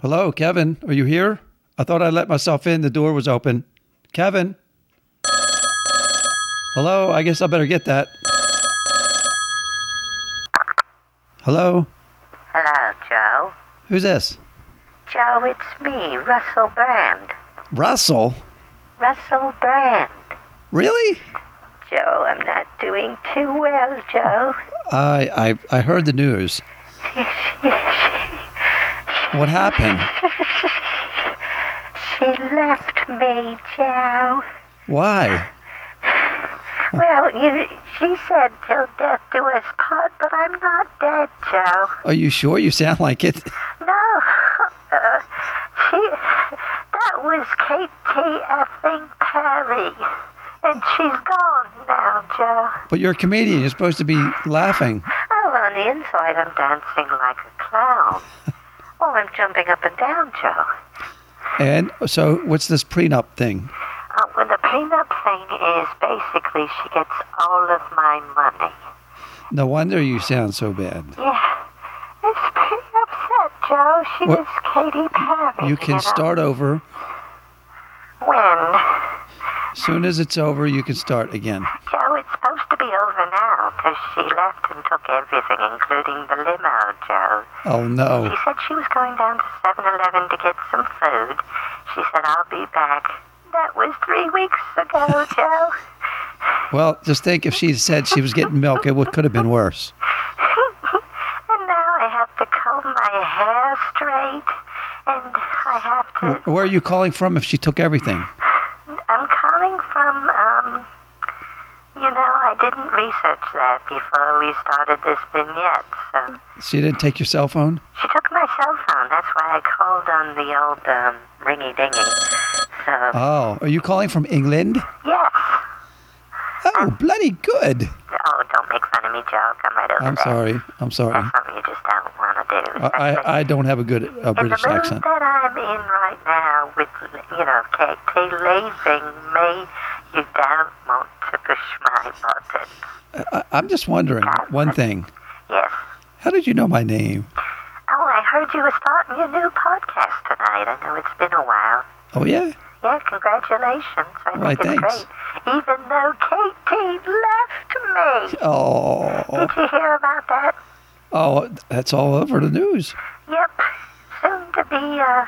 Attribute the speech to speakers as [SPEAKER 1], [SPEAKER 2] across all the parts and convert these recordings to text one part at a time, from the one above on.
[SPEAKER 1] Hello, Kevin. Are you here? I thought I let myself in. The door was open. Kevin? Hello? I guess I better get that. Hello?
[SPEAKER 2] Hello, Joe.
[SPEAKER 1] Who's this?
[SPEAKER 2] Joe, it's me, Russell Brand.
[SPEAKER 1] Russell?
[SPEAKER 2] Russell Brand.
[SPEAKER 1] Really?
[SPEAKER 2] Joe, I'm not doing too well, Joe.
[SPEAKER 1] I I, I heard the news. What happened?
[SPEAKER 2] She left me, Joe.
[SPEAKER 1] Why?
[SPEAKER 2] Well, you, she said till death do us part, but I'm not dead, Joe.
[SPEAKER 1] Are you sure you sound like it?
[SPEAKER 2] No. Uh, she, that was Katie effing Perry. And she's gone now, Joe.
[SPEAKER 1] But you're a comedian. You're supposed to be laughing.
[SPEAKER 2] Oh, on the inside, I'm dancing like a clown. Oh, I'm jumping up and down, Joe.
[SPEAKER 1] And so, what's this prenup thing?
[SPEAKER 2] Uh, well, the prenup thing is basically she gets all of my money.
[SPEAKER 1] No wonder you sound so bad.
[SPEAKER 2] Yeah. It's pretty upset, Joe. She
[SPEAKER 1] Well,
[SPEAKER 2] was Katie Perry.
[SPEAKER 1] You can
[SPEAKER 2] know.
[SPEAKER 1] start over.
[SPEAKER 2] When?
[SPEAKER 1] Soon as it's over, you can start again.
[SPEAKER 2] Joe, it's supposed to be over now because she left and took everything, including the limo, Joe.
[SPEAKER 1] Oh no.
[SPEAKER 2] She said she was going down to 7 Eleven to get some food. She said, I'll be back. That was three weeks ago, Joe.
[SPEAKER 1] Well, just think if she said she was getting milk, it would, could have been worse.
[SPEAKER 2] and now I have to comb my hair straight. And I have to.
[SPEAKER 1] Wh- Where are you calling from if she took everything? Hmm.
[SPEAKER 2] I'm calling from, um. You know, I didn't research that before we started this vignette, so.
[SPEAKER 1] She didn't take your cell phone?
[SPEAKER 2] She took my cell phone. That's why I called on the old um, ringy dingy. So
[SPEAKER 1] Oh, are you calling from England?
[SPEAKER 2] yes.
[SPEAKER 1] Oh, bloody good.
[SPEAKER 2] Oh, don't make fun of me, Joe. Come right over.
[SPEAKER 1] I'm
[SPEAKER 2] there.
[SPEAKER 1] sorry. I'm sorry.
[SPEAKER 2] That's something you just don't want to do.
[SPEAKER 1] I, I, I don't have a good uh,
[SPEAKER 2] In the
[SPEAKER 1] British
[SPEAKER 2] mood
[SPEAKER 1] accent.
[SPEAKER 2] that I'm in right now, with you know Katie leaving me, you don't want to push my button.
[SPEAKER 1] I, I'm just wondering one thing.
[SPEAKER 2] Yes.
[SPEAKER 1] How did you know my name?
[SPEAKER 2] Oh, I heard you were starting your new podcast tonight. I know it's been a while.
[SPEAKER 1] Oh, yeah?
[SPEAKER 2] Yeah, congratulations. I
[SPEAKER 1] Why,
[SPEAKER 2] think it's
[SPEAKER 1] thanks.
[SPEAKER 2] great. Even though Katie left me.
[SPEAKER 1] Oh,
[SPEAKER 2] Did you hear about that?
[SPEAKER 1] oh, that's all over the news.
[SPEAKER 2] Yep. Soon to be uh,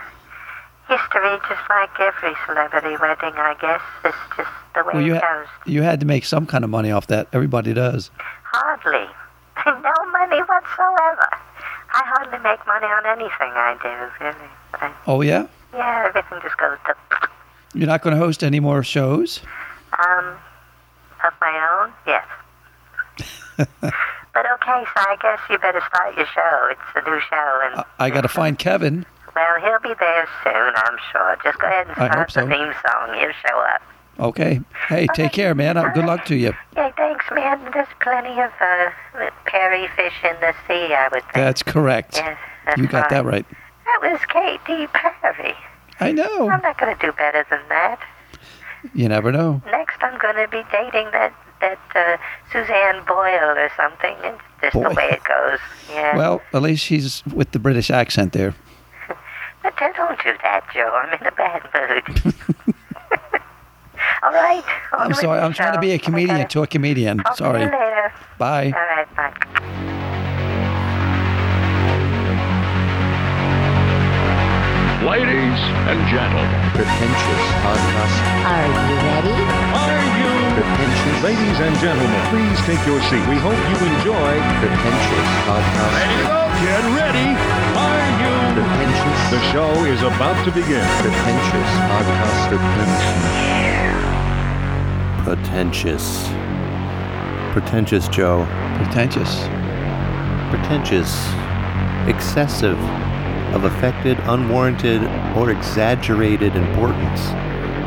[SPEAKER 2] history, just like every celebrity wedding, I guess. It's just the way
[SPEAKER 1] Well, you,
[SPEAKER 2] it
[SPEAKER 1] ha-
[SPEAKER 2] goes.
[SPEAKER 1] you had to make some kind of money off that. Everybody does.
[SPEAKER 2] Hardly. no money whatsoever. I hardly make money on anything I do, really. I,
[SPEAKER 1] Oh, yeah?
[SPEAKER 2] yeah, everything just goes to
[SPEAKER 1] You're not going to host any more shows?
[SPEAKER 2] Um, of my own? Yes. but okay, so I guess you better start your show. It's a new show, and,
[SPEAKER 1] I, I got to find Kevin.
[SPEAKER 2] well, he'll be there soon, I'm sure. Just go ahead and
[SPEAKER 1] I
[SPEAKER 2] start
[SPEAKER 1] hope
[SPEAKER 2] the
[SPEAKER 1] so.
[SPEAKER 2] theme song. He'll show up.
[SPEAKER 1] Okay. Hey, take care, man. Uh, Good luck to you.
[SPEAKER 2] Yeah, thanks, man. There's plenty of uh, perry fish in the sea, I would think.
[SPEAKER 1] That's correct.
[SPEAKER 2] yes, that's
[SPEAKER 1] You got that
[SPEAKER 2] right.
[SPEAKER 1] right.
[SPEAKER 2] That was K.D. Perry.
[SPEAKER 1] I know.
[SPEAKER 2] I'm not going to do better than that.
[SPEAKER 1] You never know.
[SPEAKER 2] Next, I'm going to be dating that that uh, Suzanne Boyle or something. It's just
[SPEAKER 1] Boyle.
[SPEAKER 2] the way it goes. Yeah.
[SPEAKER 1] Well, at least she's with the British accent there.
[SPEAKER 2] But don't- don't do that, Joe. I'm in a bad mood. All right. on
[SPEAKER 1] I'm
[SPEAKER 2] with
[SPEAKER 1] sorry.
[SPEAKER 2] the
[SPEAKER 1] I'm trying to
[SPEAKER 2] show.
[SPEAKER 1] be a comedian
[SPEAKER 2] Oh, Okay.
[SPEAKER 1] to
[SPEAKER 2] Oh,
[SPEAKER 1] a comedian.
[SPEAKER 2] Talk to
[SPEAKER 1] Sorry.
[SPEAKER 2] you later.
[SPEAKER 1] Bye.
[SPEAKER 2] All right, bye.
[SPEAKER 3] Ladies and gentlemen.
[SPEAKER 4] pretentious podcast.
[SPEAKER 5] Are you ready?
[SPEAKER 3] Are you?
[SPEAKER 4] Pretentious,
[SPEAKER 3] Ladies and gentlemen, please take your seat. We hope you enjoy.
[SPEAKER 4] pretentious podcast.
[SPEAKER 3] Get ready. Are you?
[SPEAKER 4] Pretentious,
[SPEAKER 3] The show is about to begin.
[SPEAKER 4] pretentious podcast. Pretentious. Pretentious Joe.
[SPEAKER 1] Pretentious.
[SPEAKER 4] Pretentious. Excessive. Of affected, unwarranted, or exaggerated importance,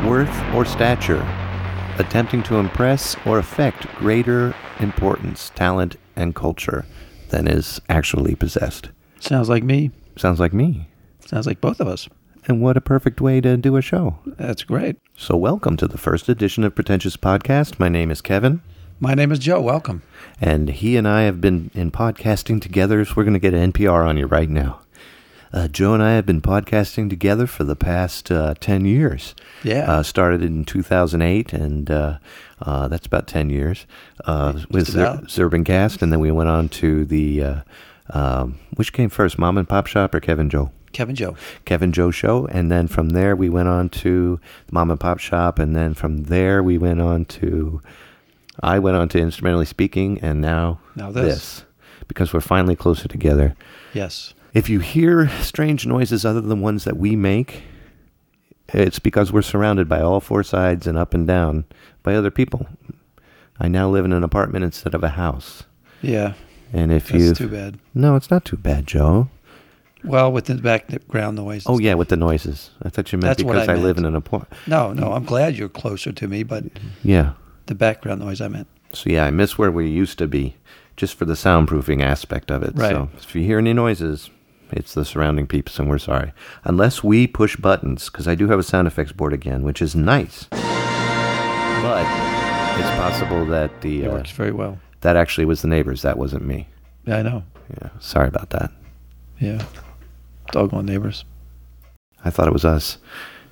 [SPEAKER 4] worth, or stature. Attempting to impress or affect greater importance, talent, and culture than is actually possessed.
[SPEAKER 1] Sounds like me.
[SPEAKER 4] Sounds like me.
[SPEAKER 1] Sounds like both of us.
[SPEAKER 4] And what a perfect way to do a show.
[SPEAKER 1] That's great.
[SPEAKER 4] So, welcome to the first edition of Pretentious Podcast. My name is Kevin,
[SPEAKER 1] My name is Joe. Welcome.
[SPEAKER 4] and he and I have been in podcasting together, so we're going to get an NPR on you right now. Uh, Joe and I have been podcasting together for the past uh, 10 years.
[SPEAKER 1] Yeah.
[SPEAKER 4] Uh, started in 2008, and uh, uh, that's about 10 years uh, with Zer-
[SPEAKER 1] about.
[SPEAKER 4] Zurbancast. And then we went on to the, uh, um, which came first, Mom and Pop Shop or Kevin Joe?
[SPEAKER 1] Kevin Joe.
[SPEAKER 4] Kevin Joe show. And then from there, we went on to the Mom and Pop Shop. And then from there, we went on to, I went on to Instrumentally Speaking. And now,
[SPEAKER 1] Now this.
[SPEAKER 4] because we're finally closer together.
[SPEAKER 1] Yes.
[SPEAKER 4] If you hear strange noises other than ones that we make, it's because we're surrounded by all four sides and up and down by other people. I now live in an apartment instead of a house.
[SPEAKER 1] Yeah.
[SPEAKER 4] And if
[SPEAKER 1] That's
[SPEAKER 4] you
[SPEAKER 1] too bad.
[SPEAKER 4] No, it's not too bad, Joe.
[SPEAKER 1] Well, with the background noise.
[SPEAKER 4] Oh yeah, with the noises. I thought you meant
[SPEAKER 1] That's what
[SPEAKER 4] because I,
[SPEAKER 1] I
[SPEAKER 4] live in
[SPEAKER 1] meant.
[SPEAKER 4] an apartment.
[SPEAKER 1] No, no. I'm glad you're closer to me, but
[SPEAKER 4] Yeah.
[SPEAKER 1] the background noise I meant.
[SPEAKER 4] So yeah, I miss where we used to be, just for the soundproofing aspect of it.
[SPEAKER 1] Right.
[SPEAKER 4] So if you hear any noises, it's the surrounding peeps, and we're sorry. Unless we push buttons, because I do have a sound effects board again, which is nice. But it's possible that the
[SPEAKER 1] It
[SPEAKER 4] uh,
[SPEAKER 1] works very well.
[SPEAKER 4] that actually was the neighbors. That wasn't me.
[SPEAKER 1] Yeah, I know.
[SPEAKER 4] Yeah. Sorry about that.
[SPEAKER 1] Yeah. Doggone neighbors.
[SPEAKER 4] I thought it was us.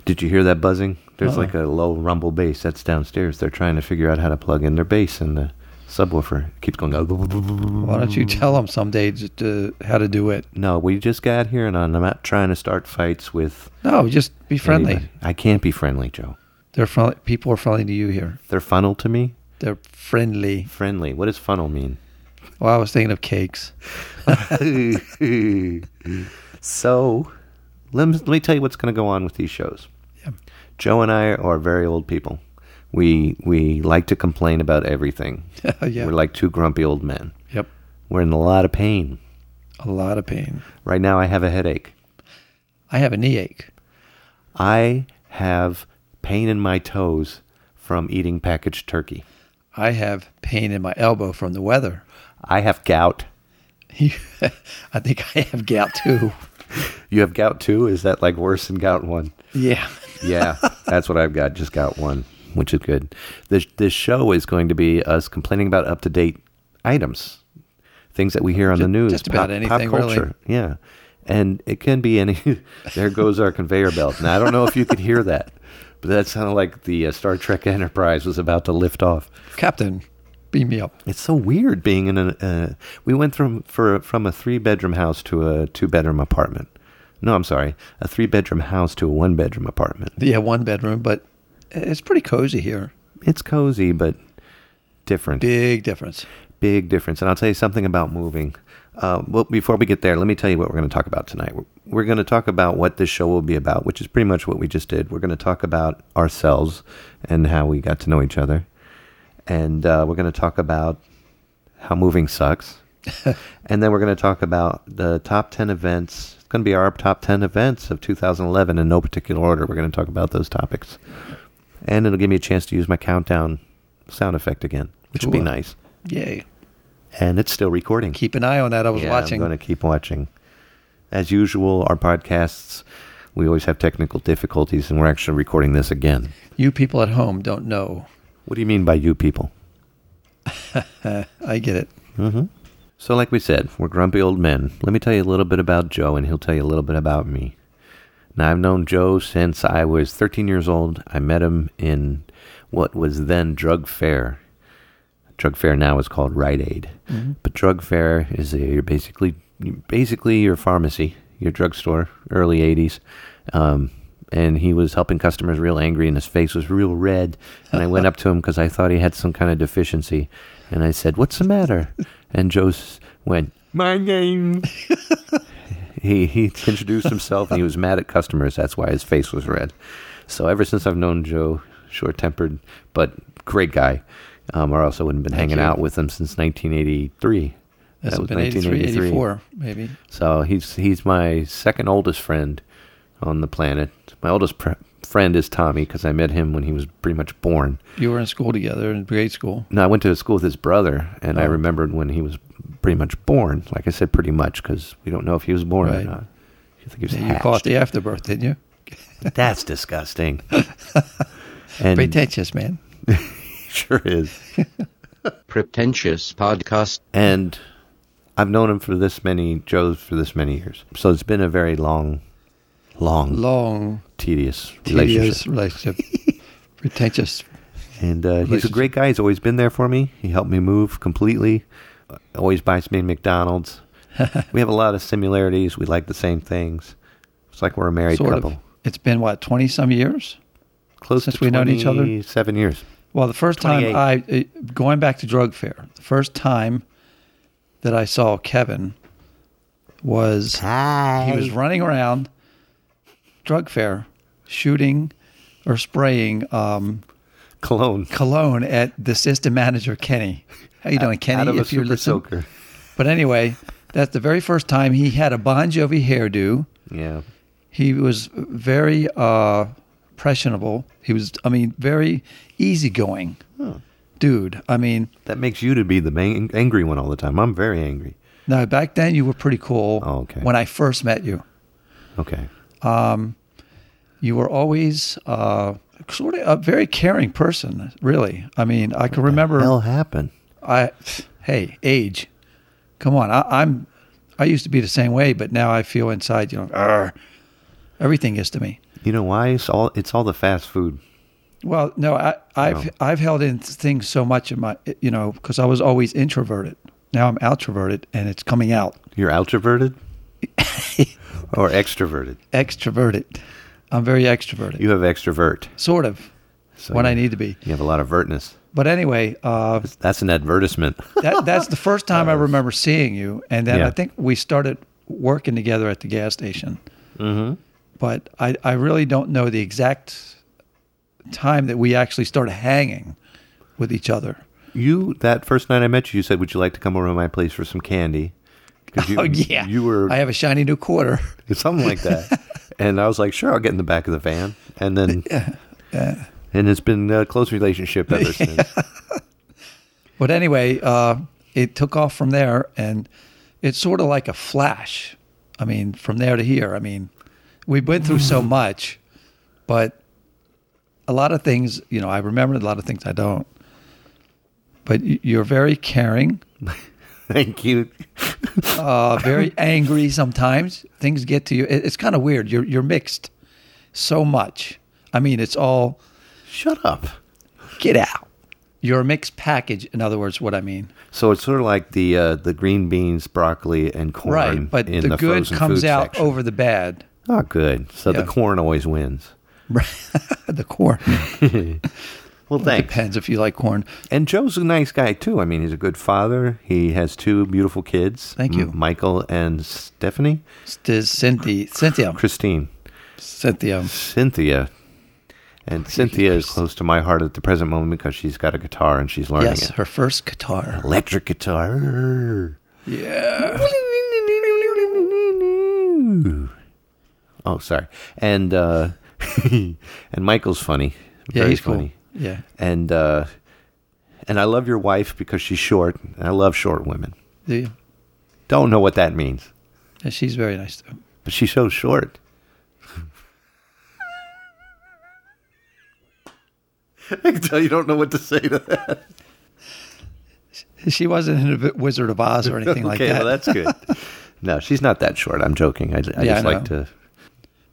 [SPEAKER 4] Did you hear that buzzing? There's
[SPEAKER 1] Uh-uh.
[SPEAKER 4] like a low rumble bass that's downstairs. They're trying to figure out how to plug in their bass in the subwoofer. It keeps going.
[SPEAKER 1] Why don't you
[SPEAKER 4] Mm.
[SPEAKER 1] tell them someday to, to, how to do it?
[SPEAKER 4] No, we just got here, and I'm not trying to start fights with
[SPEAKER 1] No, just be friendly.
[SPEAKER 4] anybody. I can't be friendly, Joe.
[SPEAKER 1] They're friendly. People are friendly to you here.
[SPEAKER 4] They're funnel to me.
[SPEAKER 1] They're friendly.
[SPEAKER 4] Friendly. What does funnel mean?
[SPEAKER 1] Well, I was thinking of cakes.
[SPEAKER 4] so, let me, let me tell you what's going to go on with these shows.
[SPEAKER 1] Yeah.
[SPEAKER 4] Joe and I are very old people. We we like to complain about everything.
[SPEAKER 1] yeah.
[SPEAKER 4] We're like two grumpy old men.
[SPEAKER 1] yep.
[SPEAKER 4] We're in a lot of pain
[SPEAKER 1] A lot of pain.
[SPEAKER 4] right now. I have a headache.
[SPEAKER 1] I have a knee ache.
[SPEAKER 4] I have pain in my toes from eating packaged turkey.
[SPEAKER 1] I have pain in my elbow from the weather.
[SPEAKER 4] I have gout.
[SPEAKER 1] I think I have gout too.
[SPEAKER 4] You have gout too? Is that like worse than gout one?
[SPEAKER 1] Yeah.
[SPEAKER 4] Yeah, that's what I've got. Just gout one, which is good. This this show is going to be us complaining about up to date items, things that we hear on the
[SPEAKER 1] Ju-
[SPEAKER 4] news,
[SPEAKER 1] just about anything, really.
[SPEAKER 4] Yeah, and it can be any. there goes our conveyor belt. Now I don't know if you could hear that, but that sounded like the uh, Star Trek Enterprise was about to lift off.
[SPEAKER 1] Captain, beam me up.
[SPEAKER 4] It's so weird being in a. Uh, we went from for from a three bedroom house to a two bedroom apartment. No, I'm sorry, a three bedroom house to a one bedroom apartment.
[SPEAKER 1] Yeah, one bedroom, but it's pretty cozy here.
[SPEAKER 4] It's cozy, but different. Big,
[SPEAKER 1] Big difference.
[SPEAKER 4] difference. And I'll tell you something about moving. Uh, well, before we get there, let me tell you what we're going to talk about tonight. We're, we're going to talk about what this show will be about, which is pretty much what we just did. We're going to talk about ourselves and how we got to know each other, and uh, we're going to talk about how moving sucks. and then we're going to talk about the top 10 events. It's going to be our top 10 events of 2011 in no particular order. We're going to talk about those topics. And it'll give me a chance to use my countdown sound effect again, which would be
[SPEAKER 1] Cool.
[SPEAKER 4] nice.
[SPEAKER 1] Yay.
[SPEAKER 4] And it's still recording.
[SPEAKER 1] Keep an eye on that. I was
[SPEAKER 4] Yeah,
[SPEAKER 1] watching.
[SPEAKER 4] I'm going to keep watching. As usual, our podcasts, we always have technical difficulties, and we're actually recording this again.
[SPEAKER 1] You people at home don't know.
[SPEAKER 4] What do you mean by you people?
[SPEAKER 1] I get it.
[SPEAKER 4] So, like we said, we're grumpy old men. Let me tell you a little bit about Joe, and he'll tell you a little bit about me. Now, I've known Joe since I was 13 years old. I met him in what was then Drug Fair. Drug Fair now is called Rite Aid, but Drug Fair is a basically basically your pharmacy, your drugstore, early 80s. Um, and he was helping customers real angry, and his face was real red. And I went up to him because I thought he had some kind of deficiency, and I said, "What's the matter?" And Joe s- went, "My name." he he introduced himself and he was mad at customers. That's why his face was red. So ever since I've known Joe, short tempered but great guy, um, or else I wouldn't have been hanging
[SPEAKER 1] you.
[SPEAKER 4] out with him since 1983.
[SPEAKER 1] That's been 83, 84, maybe.
[SPEAKER 4] So he's he's my second oldest friend on the planet. My oldest pr- friend is Tommy because I met him when he was pretty much born.
[SPEAKER 1] You were in school together in grade school.
[SPEAKER 4] No, I went to school with his brother, and I
[SPEAKER 1] Oh.
[SPEAKER 4] remembered when he was pretty much born. Like I said, pretty much because we don't know if he was born or
[SPEAKER 1] Right.
[SPEAKER 4] not. You think he was
[SPEAKER 1] You caught
[SPEAKER 4] hatched.
[SPEAKER 1] the afterbirth, didn't
[SPEAKER 4] Mm.
[SPEAKER 1] you?
[SPEAKER 4] That's disgusting. and
[SPEAKER 1] Pretentious, man.
[SPEAKER 4] sure is.
[SPEAKER 5] pretentious podcast.
[SPEAKER 4] And I've known him for this many Joes for this many years. So it's been a very long, long,
[SPEAKER 1] Long,
[SPEAKER 4] tedious relationship.
[SPEAKER 1] tedious relationship. Pretentious.
[SPEAKER 4] And uh, he's a
[SPEAKER 1] Relationship.
[SPEAKER 4] great guy. He's always been there for me. He helped me move completely. Uh, Always buys me McDonald's. we have a lot of similarities. We like the same things. It's like we're a married
[SPEAKER 1] Sort
[SPEAKER 4] couple.
[SPEAKER 1] of. It's been, what, 20 some years?
[SPEAKER 4] Close
[SPEAKER 1] Since
[SPEAKER 4] to
[SPEAKER 1] we've known each other?
[SPEAKER 4] Seven years.
[SPEAKER 1] Well, the first time
[SPEAKER 4] 28.
[SPEAKER 1] I, uh, going back to drug fair, the first time that I saw Kevin was
[SPEAKER 4] Hi.
[SPEAKER 1] he was running around drug fair shooting or spraying um,
[SPEAKER 4] cologne
[SPEAKER 1] cologne at the system manager Kenny. How you doing, Kenny?
[SPEAKER 4] out of a
[SPEAKER 1] if you're
[SPEAKER 4] super
[SPEAKER 1] listening,
[SPEAKER 4] soaker.
[SPEAKER 1] but anyway, that's the very first time he had a Bon Jovi hairdo.
[SPEAKER 4] Yeah.
[SPEAKER 1] He was very uh, impressionable. He was, I mean, very easygoing dude. I mean,
[SPEAKER 4] That makes you to be the main, angry one all the time. I'm very angry.
[SPEAKER 1] now back then you were pretty cool.
[SPEAKER 4] Oh, okay.
[SPEAKER 1] When I first met you,
[SPEAKER 4] Okay.
[SPEAKER 1] you were always uh, sort of a very caring person. Really, I mean, I can remember.
[SPEAKER 4] Hell happened.
[SPEAKER 1] I hey, age. Come on. I, I'm I used to be the same way, but now I feel inside, you know, "Arr." everything is to me.
[SPEAKER 4] You know why? It's all it's all the fast food.
[SPEAKER 1] Well, no, I, I've
[SPEAKER 4] No.
[SPEAKER 1] I've held in things so much in my you know because I was always introverted. Now I'm outroverted, and it's coming out
[SPEAKER 4] You're introverted or extroverted.
[SPEAKER 1] extroverted. I'm very extroverted,
[SPEAKER 4] You have extrovert.
[SPEAKER 1] sort of,
[SPEAKER 4] So
[SPEAKER 1] when I
[SPEAKER 4] you-
[SPEAKER 1] need to be.
[SPEAKER 4] You have a lot of vertness.
[SPEAKER 1] But anyway, uh,
[SPEAKER 4] That's an advertisement.
[SPEAKER 1] that that's the first time I remember seeing you, and then
[SPEAKER 4] Yeah.
[SPEAKER 1] I think we started working together at the gas station. Mm-hmm. But I, I really don't know the exact time that we actually started hanging with each other.
[SPEAKER 4] you that first night I met you, you said, "Would you like to come over to my place for some candy?" 'Cause You,
[SPEAKER 1] oh yeah,
[SPEAKER 4] you were
[SPEAKER 1] I have a shiny new quarter.
[SPEAKER 4] something like that, and I was like, "Sure, I'll get in the back of the van," and then. and it's been a close relationship ever since.
[SPEAKER 1] But anyway, uh, it took off from there, and it's sort of like a flash. I mean, from there to here. I mean, we went through so much, but a lot of things, you know, I remember a lot of things I don't. But y- you're very caring,
[SPEAKER 4] Thank you.
[SPEAKER 1] uh, very angry sometimes. Things get to you. It- It's kind of weird. You're, you're mixed so much. I mean, it's all
[SPEAKER 4] Shut up.
[SPEAKER 1] get out. You're a mixed package, in other words, what I mean.
[SPEAKER 4] So it's sort of like the uh, the green beans, broccoli, and corn.
[SPEAKER 1] Right, but
[SPEAKER 4] in
[SPEAKER 1] the, good
[SPEAKER 4] frozen
[SPEAKER 1] comes
[SPEAKER 4] food
[SPEAKER 1] out
[SPEAKER 4] section.
[SPEAKER 1] over the bad.
[SPEAKER 4] Oh, good. So
[SPEAKER 1] Yeah.
[SPEAKER 4] the corn always wins.
[SPEAKER 1] the corn
[SPEAKER 4] Well, thanks.
[SPEAKER 1] depends if you like corn.
[SPEAKER 4] And Joe's a nice guy too. I mean, he's a good father. He has two beautiful kids.
[SPEAKER 1] Thank you.
[SPEAKER 4] M- Michael and Stephanie,
[SPEAKER 1] Stiz Cynthia, Cynthia,
[SPEAKER 4] Christine,
[SPEAKER 1] Cynthia.
[SPEAKER 4] Cynthia, and Cynthia is close to my heart at the present moment because she's got a guitar and she's learning
[SPEAKER 1] Yes,
[SPEAKER 4] it.
[SPEAKER 1] her first guitar.
[SPEAKER 4] Electric guitar.
[SPEAKER 1] Yeah.
[SPEAKER 4] Oh, sorry. And uh, and Michael's funny.
[SPEAKER 1] Yeah,
[SPEAKER 4] Very
[SPEAKER 1] he's cool.
[SPEAKER 4] funny.
[SPEAKER 1] Yeah.
[SPEAKER 4] And uh, and I love your wife because she's short. and I love short women.
[SPEAKER 1] Do you?
[SPEAKER 4] Don't know what that means,
[SPEAKER 1] Yeah, she's very nice too.
[SPEAKER 4] but she's so short. I can tell you don't know what to say to that.
[SPEAKER 1] She wasn't in a vi- Wizard of Oz or anything like
[SPEAKER 4] okay,
[SPEAKER 1] that.
[SPEAKER 4] well, that's good. no, she's not that short. I'm joking. I, I
[SPEAKER 1] Yeah,
[SPEAKER 4] just
[SPEAKER 1] I
[SPEAKER 4] like
[SPEAKER 1] know.
[SPEAKER 4] to.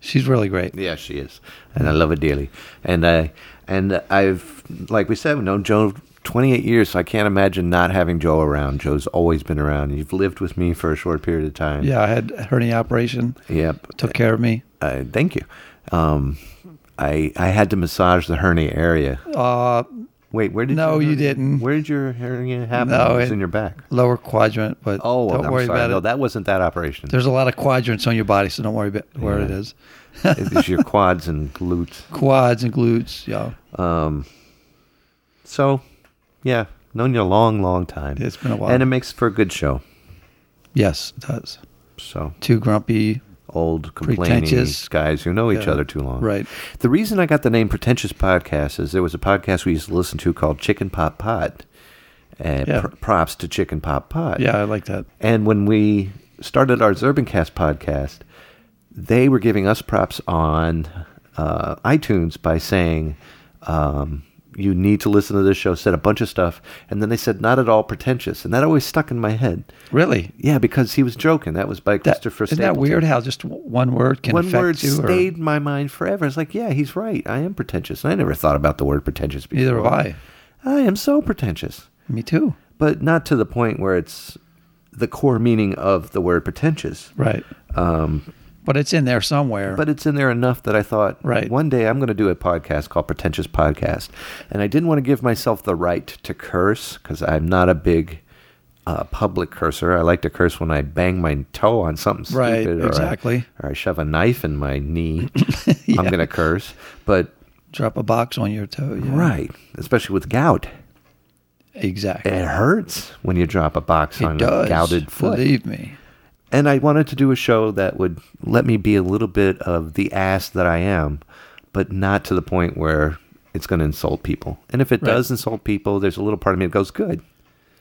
[SPEAKER 1] she's really great.
[SPEAKER 4] Yeah, she is, and I love her dearly. And I and I've like we said, we've known Joe 28 years, so I can't imagine not having Joe around. Joe's always been around. You've lived with me for a short period of time.
[SPEAKER 1] Yeah, I had hernia operation.
[SPEAKER 4] Yep.
[SPEAKER 1] Took care of me.
[SPEAKER 4] Uh, thank you. Um, I I had to massage the hernia area.
[SPEAKER 1] Uh,
[SPEAKER 4] Wait, where did
[SPEAKER 1] no,
[SPEAKER 4] your
[SPEAKER 1] you
[SPEAKER 4] hernia-
[SPEAKER 1] didn't.
[SPEAKER 4] Where did your hernia happen?
[SPEAKER 1] No,
[SPEAKER 4] it was
[SPEAKER 1] it-
[SPEAKER 4] in your back.
[SPEAKER 1] lower quadrant, but
[SPEAKER 4] Oh,
[SPEAKER 1] don't
[SPEAKER 4] I'm
[SPEAKER 1] worry
[SPEAKER 4] sorry.
[SPEAKER 1] about
[SPEAKER 4] no,
[SPEAKER 1] it.
[SPEAKER 4] that wasn't that operation.
[SPEAKER 1] There's a lot of quadrants on your body, so don't worry about where it
[SPEAKER 4] Yeah.
[SPEAKER 1] is.
[SPEAKER 4] it's your quads and glutes.
[SPEAKER 1] Quads and glutes. Yeah,
[SPEAKER 4] So, yeah, known you a long, long time.
[SPEAKER 1] It's been a while.
[SPEAKER 4] and it makes for a good show.
[SPEAKER 1] yes, it does.
[SPEAKER 4] So
[SPEAKER 1] Too grumpy.
[SPEAKER 4] old complaining
[SPEAKER 1] Pretentious.
[SPEAKER 4] guys who know each
[SPEAKER 1] Yeah.
[SPEAKER 4] other too long.
[SPEAKER 1] Right.
[SPEAKER 4] The reason I got the name Pretentious Podcast is there was a podcast we used to listen to called Chicken Pop Pot. And
[SPEAKER 1] Yeah.
[SPEAKER 4] pr- props to Chicken Pop Pot.
[SPEAKER 1] Yeah, I like that.
[SPEAKER 4] And when we started our Zurbancast podcast, they were giving us props on uh, iTunes by saying um, you need to listen to this show said a bunch of stuff and then they said not at all pretentious and that always stuck in my head
[SPEAKER 1] Really?
[SPEAKER 4] yeah because he was joking that was by
[SPEAKER 1] That,
[SPEAKER 4] christopher
[SPEAKER 1] isn't that
[SPEAKER 4] Stapleton.
[SPEAKER 1] weird how just w- one word can
[SPEAKER 4] one
[SPEAKER 1] affect
[SPEAKER 4] word
[SPEAKER 1] you? or-
[SPEAKER 4] stayed in my mind forever it's like yeah he's right i am pretentious and i never thought about the word pretentious before
[SPEAKER 1] Neither have I.
[SPEAKER 4] i am so pretentious
[SPEAKER 1] Me too.
[SPEAKER 4] but not to the point where it's the core meaning of the word pretentious Um,
[SPEAKER 1] Right. but it's in there somewhere.
[SPEAKER 4] but it's in there enough that I thought,
[SPEAKER 1] Right.
[SPEAKER 4] one day I'm going to do a podcast called Pretentious Podcast. And I didn't want to give myself the right to curse because I'm not a big uh, public cursor. I like to curse when I bang my toe on something
[SPEAKER 1] Right,
[SPEAKER 4] stupid or I-
[SPEAKER 1] exactly.
[SPEAKER 4] or I shove a knife in my knee. I'm going to curse. But,
[SPEAKER 1] Drop a box on your toe. Yeah.
[SPEAKER 4] right, especially with gout,
[SPEAKER 1] Exactly.
[SPEAKER 4] it hurts when you drop a box
[SPEAKER 1] it
[SPEAKER 4] on
[SPEAKER 1] does.
[SPEAKER 4] a gouted foot.
[SPEAKER 1] Believe me.
[SPEAKER 4] and I wanted to do a show that would let me be a little bit of the ass that I am, but not to the point where it's going to insult people. And if it
[SPEAKER 1] Right.
[SPEAKER 4] does insult people, there's a little part of me that goes good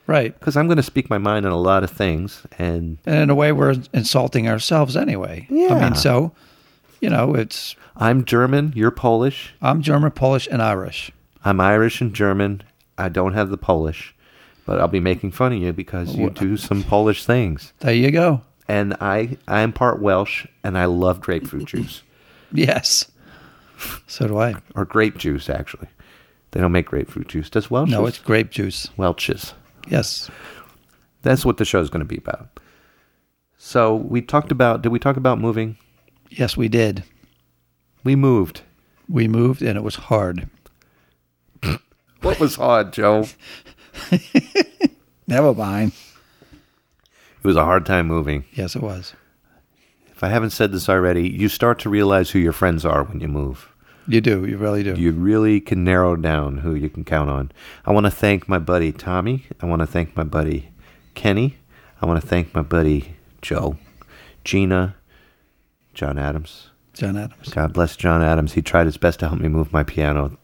[SPEAKER 1] Right.
[SPEAKER 4] because I'm going to speak my mind on a lot of things. And
[SPEAKER 1] And in a way, we're insulting ourselves anyway. I
[SPEAKER 4] Yeah.
[SPEAKER 1] mean, so, you know, it's
[SPEAKER 4] I'm German, you're Polish,
[SPEAKER 1] I'm German, Polish, and Irish.
[SPEAKER 4] I'm Irish and German. I don't have the Polish, but I'll be making fun of you because you do some Polish things.
[SPEAKER 1] There you go.
[SPEAKER 4] And I I'm part Welsh and I love grapefruit juice
[SPEAKER 1] Yes. So do I.
[SPEAKER 4] or grape juice actually. They don't make grapefruit juice. Does Welsh?
[SPEAKER 1] No, it's grape juice.
[SPEAKER 4] Welch's.
[SPEAKER 1] Yes.
[SPEAKER 4] That's what the show's going to be about. So we talked about. Did we talk about moving?
[SPEAKER 1] Yes, we did.
[SPEAKER 4] We moved.
[SPEAKER 1] We moved and it was hard.
[SPEAKER 4] What was hard, Joe? It
[SPEAKER 1] Never mind.
[SPEAKER 4] was a hard time moving.
[SPEAKER 1] Yes, it was.
[SPEAKER 4] If I haven't said this already, you start to realize who your friends are when you move.
[SPEAKER 1] You do. You really do.
[SPEAKER 4] You really can narrow down who you can count on. I want to thank my buddy Tommy. I want to thank my buddy Kenny. I want to thank my buddy Joe, Gina, John Adams.
[SPEAKER 1] John Adams.
[SPEAKER 4] God bless John Adams. He tried his best to help me move my piano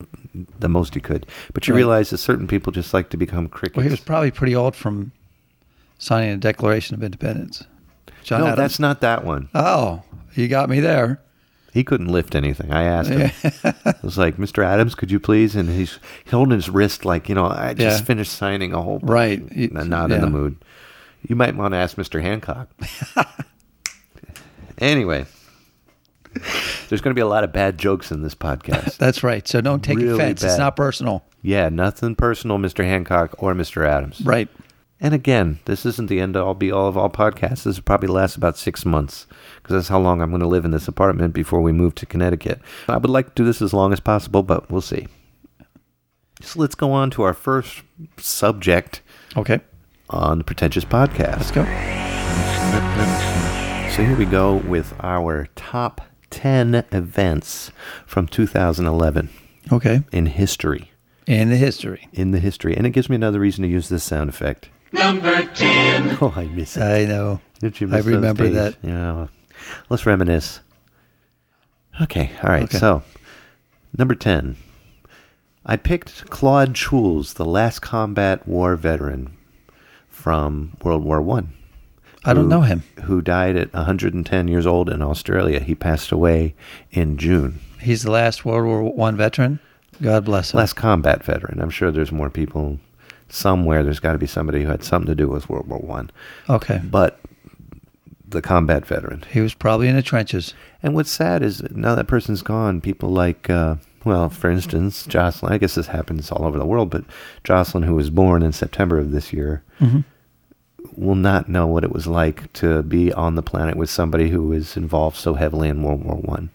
[SPEAKER 4] the most he could. But you
[SPEAKER 1] Right.
[SPEAKER 4] realize that certain people just like to become crickets.
[SPEAKER 1] Well, he was probably pretty old from signing the Declaration of Independence. John
[SPEAKER 4] no,
[SPEAKER 1] Adams.
[SPEAKER 4] that's not that one.
[SPEAKER 1] Oh, you got me there.
[SPEAKER 4] He couldn't lift anything. I asked him. I was like, Mr. Adams, could you please? And he's holding his wrist like, you know, I just
[SPEAKER 1] Yeah.
[SPEAKER 4] finished signing a whole
[SPEAKER 1] Right.
[SPEAKER 4] n- Not in the
[SPEAKER 1] Yeah.
[SPEAKER 4] mood. You might want to ask Mr. Hancock. anyway, there's going to be a lot of bad jokes in this podcast.
[SPEAKER 1] That's right. So don't take
[SPEAKER 4] Really
[SPEAKER 1] offense.
[SPEAKER 4] bad.
[SPEAKER 1] It's not personal.
[SPEAKER 4] yeah, nothing personal, Mr. Hancock or Mr. Adams.
[SPEAKER 1] Right.
[SPEAKER 4] And again, this isn't the end all be all of all podcasts. This will probably last about six months because that's how long I'm going to live in this apartment before we move to Connecticut. I would like to do this as long as possible, but we'll see. So let's go on to our first subject
[SPEAKER 1] Okay.
[SPEAKER 4] on the Pretentious Podcast.
[SPEAKER 1] Let's go.
[SPEAKER 4] So here we go with our top 10 events from 2011
[SPEAKER 1] Okay.
[SPEAKER 4] in history.
[SPEAKER 1] In the history.
[SPEAKER 4] In the history. And it gives me another reason to use this sound effect. Number 10. Oh, I miss it.
[SPEAKER 1] I know.
[SPEAKER 4] Did you
[SPEAKER 1] I
[SPEAKER 4] miss those
[SPEAKER 1] remember
[SPEAKER 4] days?
[SPEAKER 1] that.
[SPEAKER 4] Yeah. well, Let's reminisce. Okay. All right.
[SPEAKER 1] Okay.
[SPEAKER 4] So, number 10. I picked Claude Schulz, the last combat war veteran from World War One,
[SPEAKER 1] I don't know him.
[SPEAKER 4] who died at 110 years old in Australia. He passed away in June.
[SPEAKER 1] He's the last World War One veteran. God bless him.
[SPEAKER 4] Last combat veteran. I'm sure there's more people somewhere. There's got to be somebody who had something to do with World War One,
[SPEAKER 1] Okay.
[SPEAKER 4] but the combat veteran.
[SPEAKER 1] He was probably in the trenches.
[SPEAKER 4] And what's sad is that now that person's gone, people like, uh, well, for instance, Jocelyn, I guess this happens all over the world, but Jocelyn, who was born in September of this year,
[SPEAKER 1] Mm-hmm.
[SPEAKER 4] will not know what it was like to be on the planet with somebody who was involved so heavily in World War One.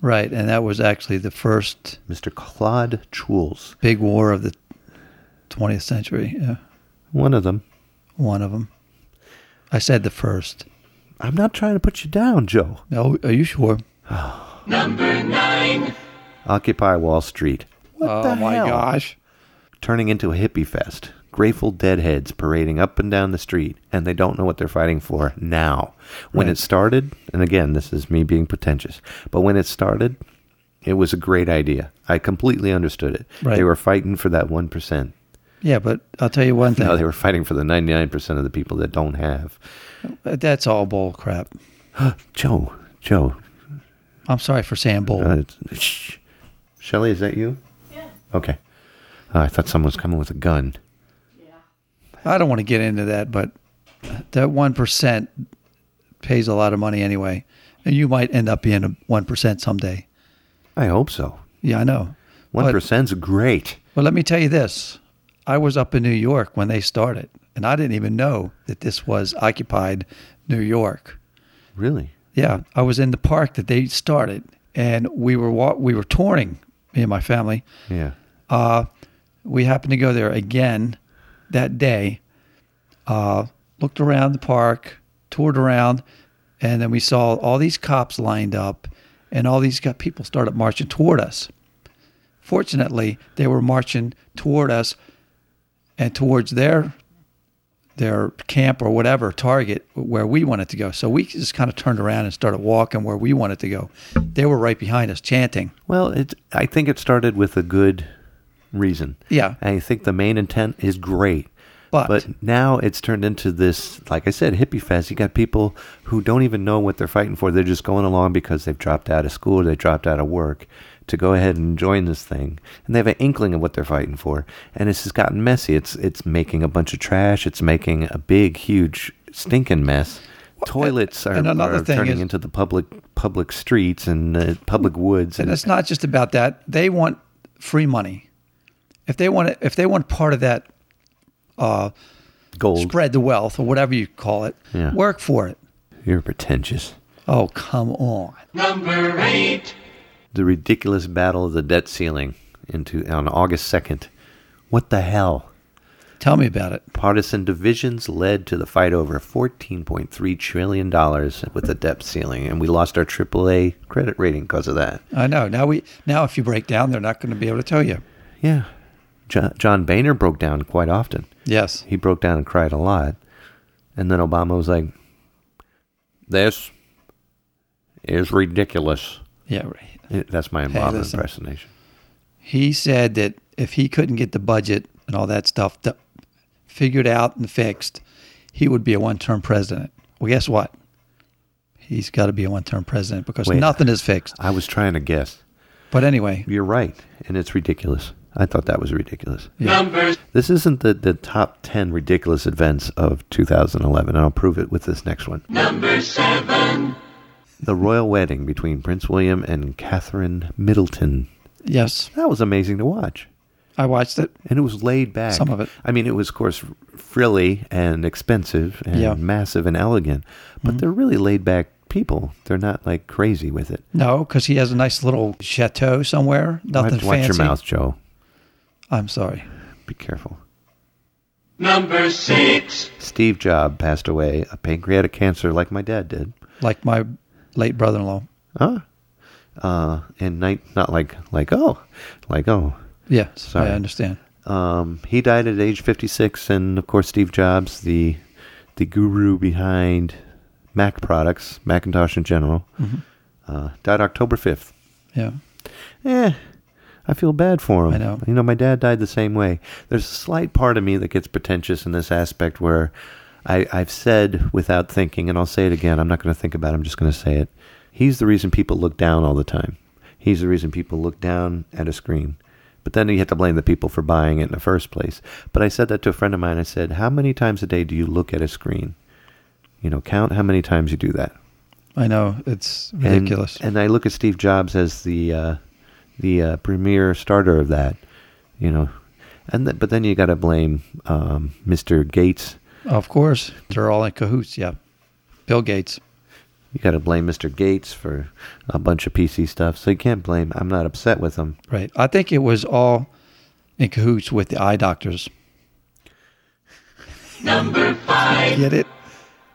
[SPEAKER 1] Right. And that was actually the first
[SPEAKER 4] Mr. Claude Jules,
[SPEAKER 1] big war of the 20th century. Yeah.
[SPEAKER 4] one of them.
[SPEAKER 1] One of them. I said the first.
[SPEAKER 4] I'm not trying to put you down, Joe.
[SPEAKER 1] No, are you sure?
[SPEAKER 4] Occupy Wall Street. What
[SPEAKER 1] oh
[SPEAKER 4] the
[SPEAKER 1] my
[SPEAKER 4] hell?
[SPEAKER 1] gosh.
[SPEAKER 4] turning into a hippie fest. Grateful deadheads parading up and down the street, and they don't know what they're fighting for now. When
[SPEAKER 1] Right.
[SPEAKER 4] it started, and again, this is me being pretentious, but when it started, it was a great idea. I completely understood it. They
[SPEAKER 1] Right.
[SPEAKER 4] were fighting for that 1%.
[SPEAKER 1] Yeah, but I'll tell you one thing.
[SPEAKER 4] No, they were fighting for the 99% of the people that don't have.
[SPEAKER 1] Uh, That's all bull crap.
[SPEAKER 4] Joe, Joe.
[SPEAKER 1] I'm sorry for saying bull.
[SPEAKER 4] Uh, it's- shh. Shelly, is that you? Yeah. Okay. Oh, I thought someone was coming with a gun.
[SPEAKER 1] I don't want to get into that, but that one percent pays a lot of money anyway, and you might end up being a one percent someday.
[SPEAKER 4] I hope so.
[SPEAKER 1] Yeah, I know.
[SPEAKER 4] One
[SPEAKER 1] But-
[SPEAKER 4] percent's great.
[SPEAKER 1] Well, let me tell you this. I was up in New York when they started, and I didn't even know that this was occupied New York.
[SPEAKER 4] Really?
[SPEAKER 1] Yeah, I was in the park that they started, and we were wa- we were touring, me and my family.
[SPEAKER 4] Yeah.
[SPEAKER 1] We happened to go there again that day. Uh, looked around the park, toured around, and then we saw all these cops lined up, and all these co- people started marching toward us. Fortunately, they were marching toward us and towards their their camp or whatever target where we wanted to go. So we just kind of turned around and started walking where we wanted to go. They were right behind us chanting.
[SPEAKER 4] Well, it. I think it started with a good reason.
[SPEAKER 1] Yeah.
[SPEAKER 4] I think the main intent is great.
[SPEAKER 1] But-
[SPEAKER 4] but now it's turned into this, like I said, hippie fest. You got people who don't even know what they're fighting for. They're just going along because they've dropped out of school, they dropped out of work to go ahead and join this thing, and they have an inkling of what they're fighting for. And this has gotten messy. It's it's making a bunch of trash. It's making a big, huge, stinking mess. Toilets are,
[SPEAKER 1] and another
[SPEAKER 4] are
[SPEAKER 1] thing
[SPEAKER 4] turning
[SPEAKER 1] is-
[SPEAKER 4] into the public public streets and uh, public woods.
[SPEAKER 1] And it's not just about that. They want free money. If they want if they want part of that
[SPEAKER 4] gold.
[SPEAKER 1] spread the wealth or whatever you call it,
[SPEAKER 4] Yeah.
[SPEAKER 1] work for it.
[SPEAKER 4] You're pretentious.
[SPEAKER 1] Oh, come on.
[SPEAKER 4] the ridiculous battle of the debt ceiling into on August 2nd. What the hell?
[SPEAKER 1] Tell me about it.
[SPEAKER 4] Partisan divisions led to the fight over $14.3 trillion with the debt ceiling, and we lost our AAA credit rating because of that.
[SPEAKER 1] I know. Now we now if you break down, they're not going to be able to tell you.
[SPEAKER 4] Yeah. Jo- John Boehner broke down quite often.
[SPEAKER 1] Yes.
[SPEAKER 4] He broke down and cried a lot. And then Obama was like, This is ridiculous.
[SPEAKER 1] Yeah, right.
[SPEAKER 4] Eh, That's my Obama
[SPEAKER 1] listen.
[SPEAKER 4] impersonation.
[SPEAKER 1] He said that if he couldn't get the budget and all that stuff to, figured out and fixed, he would be a one-term president. Well, guess what? He's got to be a one-term president because
[SPEAKER 4] Wait.
[SPEAKER 1] nothing is fixed.
[SPEAKER 4] I was trying to guess.
[SPEAKER 1] But anyway,
[SPEAKER 4] You're right, and it's ridiculous. I thought that was ridiculous. This isn't the, the top 10 ridiculous events of 2011, and I'll prove it with this next one. Number seven. The royal wedding between Prince William and Catherine Middleton.
[SPEAKER 1] yes,
[SPEAKER 4] That was amazing to watch.
[SPEAKER 1] I watched it.
[SPEAKER 4] And it was laid back.
[SPEAKER 1] Some of it.
[SPEAKER 4] I mean, it was, of course, frilly and expensive and
[SPEAKER 1] Yeah. Mm-hmm.
[SPEAKER 4] massive and elegant, but they're really laid back people. They're not like crazy with it.
[SPEAKER 1] No, because he has a nice little chateau somewhere. Nothing
[SPEAKER 4] watch, watch
[SPEAKER 1] fancy.
[SPEAKER 4] your mouth, Joe.
[SPEAKER 1] I'm sorry.
[SPEAKER 4] Be careful. Number six. Steve Jobs passed away of pancreatic cancer, like my dad did.
[SPEAKER 1] Like my late brother-in-law.
[SPEAKER 4] Huh? Uh, and night, not like like oh, like oh.
[SPEAKER 1] Yes,
[SPEAKER 4] Sorry.
[SPEAKER 1] I understand.
[SPEAKER 4] Um, he died at age fifty six, and of course Steve Jobs, the the guru behind Mac products, Macintosh in general, uh, died October fifth.
[SPEAKER 1] Yeah,
[SPEAKER 4] eh, I feel bad for him.
[SPEAKER 1] I know.
[SPEAKER 4] You know, my dad died the same way. There's a slight part of me that gets pretentious in this aspect where I, I've said without thinking, and I'll say it again. I'm not going to think about it. I'm just going to say it. He's the reason people look down all the time. He's the reason people look down at a screen. But then you have to blame the people for buying it in the first place. But I said that to a friend of mine. I said, How many times a day do you look at a screen? You know, count how many times you do that.
[SPEAKER 1] I know. It's
[SPEAKER 4] And-
[SPEAKER 1] ridiculous.
[SPEAKER 4] And, I look at Steve Jobs as the uh, the uh, premier starter of that, you know. And th- but then you got to blame um, Mr. Gates.
[SPEAKER 1] of course, they're all in cahoots. Yeah, Bill Gates.
[SPEAKER 4] You got to blame Mr. Gates for a bunch of PC stuff. So you can't blame. I'm not upset with him.
[SPEAKER 1] Right. I think it was all in cahoots with the eye doctors. Number five. Get it?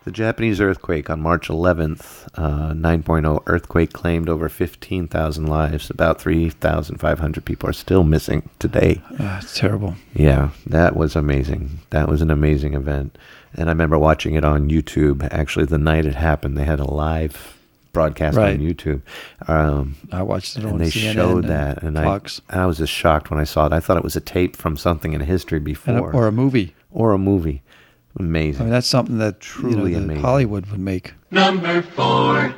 [SPEAKER 4] The Japanese earthquake on March 11th, uh, 9.0 earthquake claimed over 15,000 lives. About 3,500 people are still missing today.
[SPEAKER 1] Ah, it's terrible.
[SPEAKER 4] Yeah, that was amazing. That was an amazing event. And I remember watching it on YouTube. Actually, the night it happened, they had a live broadcast
[SPEAKER 1] Right.
[SPEAKER 4] on YouTube. Um,
[SPEAKER 1] I watched it on
[SPEAKER 4] and they
[SPEAKER 1] CNN
[SPEAKER 4] showed
[SPEAKER 1] and
[SPEAKER 4] that. And
[SPEAKER 1] Fox
[SPEAKER 4] I, and I was just shocked when I saw it. I thought it was a tape from something in history
[SPEAKER 1] and
[SPEAKER 4] before
[SPEAKER 1] a, or a movie.
[SPEAKER 4] or a movie. Amazing.
[SPEAKER 1] I mean, that's something that
[SPEAKER 4] Truly
[SPEAKER 1] truly you know, that
[SPEAKER 4] amazing.
[SPEAKER 1] Hollywood would make.
[SPEAKER 4] The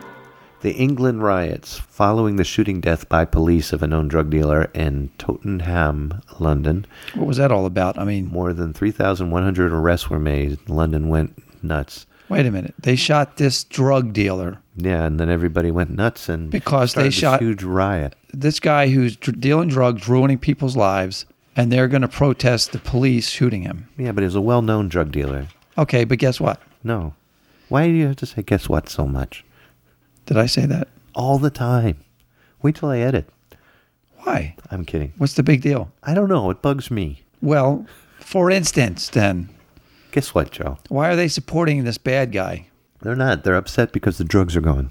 [SPEAKER 4] The England riots following the shooting death by police of a known drug dealer in Tottenham, London.
[SPEAKER 1] What was that all about? I mean,
[SPEAKER 4] More than 3,100 arrests were made. London went nuts.
[SPEAKER 1] wait a minute. They shot this drug dealer.
[SPEAKER 4] Yeah, and then everybody went nuts and
[SPEAKER 1] Because they
[SPEAKER 4] started this
[SPEAKER 1] shot-
[SPEAKER 4] huge riot.
[SPEAKER 1] This guy who's dr- dealing drugs, ruining people's lives, and they're going to protest the police shooting him.
[SPEAKER 4] Yeah, but he was a well-known drug dealer.
[SPEAKER 1] Okay, but guess what?
[SPEAKER 4] No, why do you have to say guess what so much
[SPEAKER 1] Did I say that?
[SPEAKER 4] all the time? Wait till I edit.
[SPEAKER 1] Why?
[SPEAKER 4] I'm kidding.
[SPEAKER 1] What's the big deal?
[SPEAKER 4] I don't know. It bugs me.
[SPEAKER 1] Well, for instance, then,
[SPEAKER 4] Guess what, Joe?
[SPEAKER 1] why are they supporting this bad guy?
[SPEAKER 4] They're not. They're upset because the drugs are going.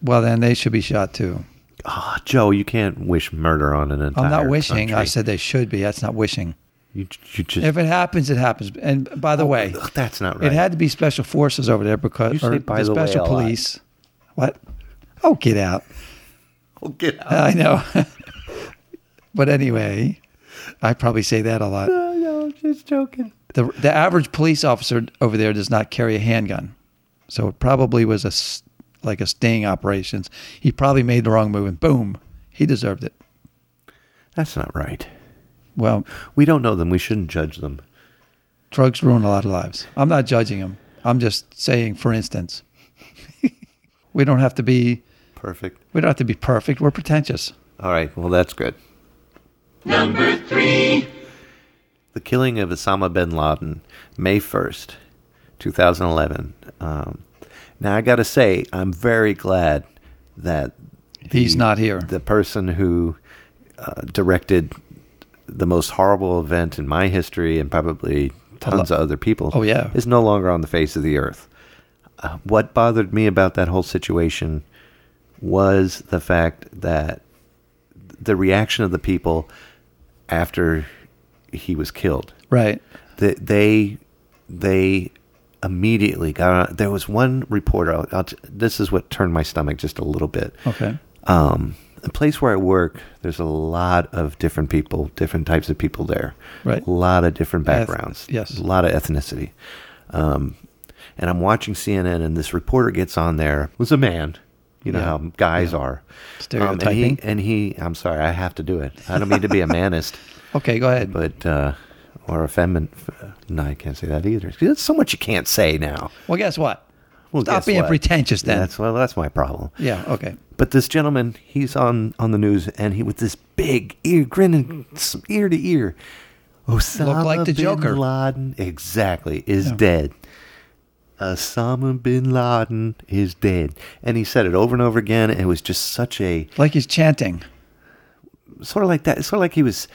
[SPEAKER 1] Well, then they should be shot too.
[SPEAKER 4] Ah, Joe, you can't wish murder on an entire.
[SPEAKER 1] I'm not wishing. I
[SPEAKER 4] country.
[SPEAKER 1] said they should be. That's not wishing.
[SPEAKER 4] you. You just.
[SPEAKER 1] If it happens, it happens. And by the way,
[SPEAKER 4] Ugh, that's not right.
[SPEAKER 1] It had to be special forces over there because
[SPEAKER 4] You say
[SPEAKER 1] or
[SPEAKER 4] by
[SPEAKER 1] the
[SPEAKER 4] the way
[SPEAKER 1] special
[SPEAKER 4] a lot.
[SPEAKER 1] police. What? Oh, get out!
[SPEAKER 4] oh, get out.
[SPEAKER 1] I know. but anyway, I probably say that a lot.
[SPEAKER 4] No, no, I'm just joking.
[SPEAKER 1] The the average police officer over there does not carry a handgun, so it probably was a s- like a sting operations. He probably made the wrong move and boom, he deserved it.
[SPEAKER 4] That's not right.
[SPEAKER 1] Well,
[SPEAKER 4] We don't know them. We shouldn't judge them.
[SPEAKER 1] drugs ruin a lot of lives. I'm not judging him. I'm just saying, for instance, we don't have to be
[SPEAKER 4] Perfect.
[SPEAKER 1] we don't have to be perfect. We're pretentious.
[SPEAKER 4] All right. Well, that's good. Number three. The killing of Osama bin Laden, May 1st, 2011. Um, now, I got to say, I'm very glad that
[SPEAKER 1] He's not here.
[SPEAKER 4] the person who uh, directed the most horrible event in my history and probably tons of other people
[SPEAKER 1] Oh, yeah.
[SPEAKER 4] is no longer on the face of the earth. Uh, what bothered me about that whole situation was the fact that the reaction of the people after he was killed
[SPEAKER 1] Right.
[SPEAKER 4] that they they immediately got on. There was one reporter. I'll, I'll, t- this is what turned my stomach just a little bit.
[SPEAKER 1] Okay.
[SPEAKER 4] Um, the place where I work, there's a lot of different people, different types of people there.
[SPEAKER 1] Right.
[SPEAKER 4] A lot of different
[SPEAKER 1] Eth-
[SPEAKER 4] backgrounds.
[SPEAKER 1] yes.
[SPEAKER 4] A lot of ethnicity. Um, and I'm watching CNN, and this reporter gets on there. It was a man. You know
[SPEAKER 1] Yeah.
[SPEAKER 4] how guys are. Um, and,
[SPEAKER 1] Stereotyping.
[SPEAKER 4] he, and he, I'm sorry, I have to do it. I don't mean to be a manist
[SPEAKER 1] Okay, go ahead.
[SPEAKER 4] but uh, or a femin. f- No, I can't say that either. There's so much you can't say now.
[SPEAKER 1] well, guess what?
[SPEAKER 4] Well,
[SPEAKER 1] Stop
[SPEAKER 4] guess
[SPEAKER 1] being
[SPEAKER 4] what?
[SPEAKER 1] pretentious then.
[SPEAKER 4] That's well, that's my problem.
[SPEAKER 1] yeah, okay.
[SPEAKER 4] But this gentleman, he's on on the news, and he with this big ear grinning s- ear to ear. Osama
[SPEAKER 1] Hmm. like the
[SPEAKER 4] bin
[SPEAKER 1] Joker.
[SPEAKER 4] Laden, exactly, is
[SPEAKER 1] Yeah.
[SPEAKER 4] dead. Osama bin Laden is dead, and he said it over and over again. And it was just such a
[SPEAKER 1] Like he's chanting.
[SPEAKER 4] sort of like that. Sort of like he was,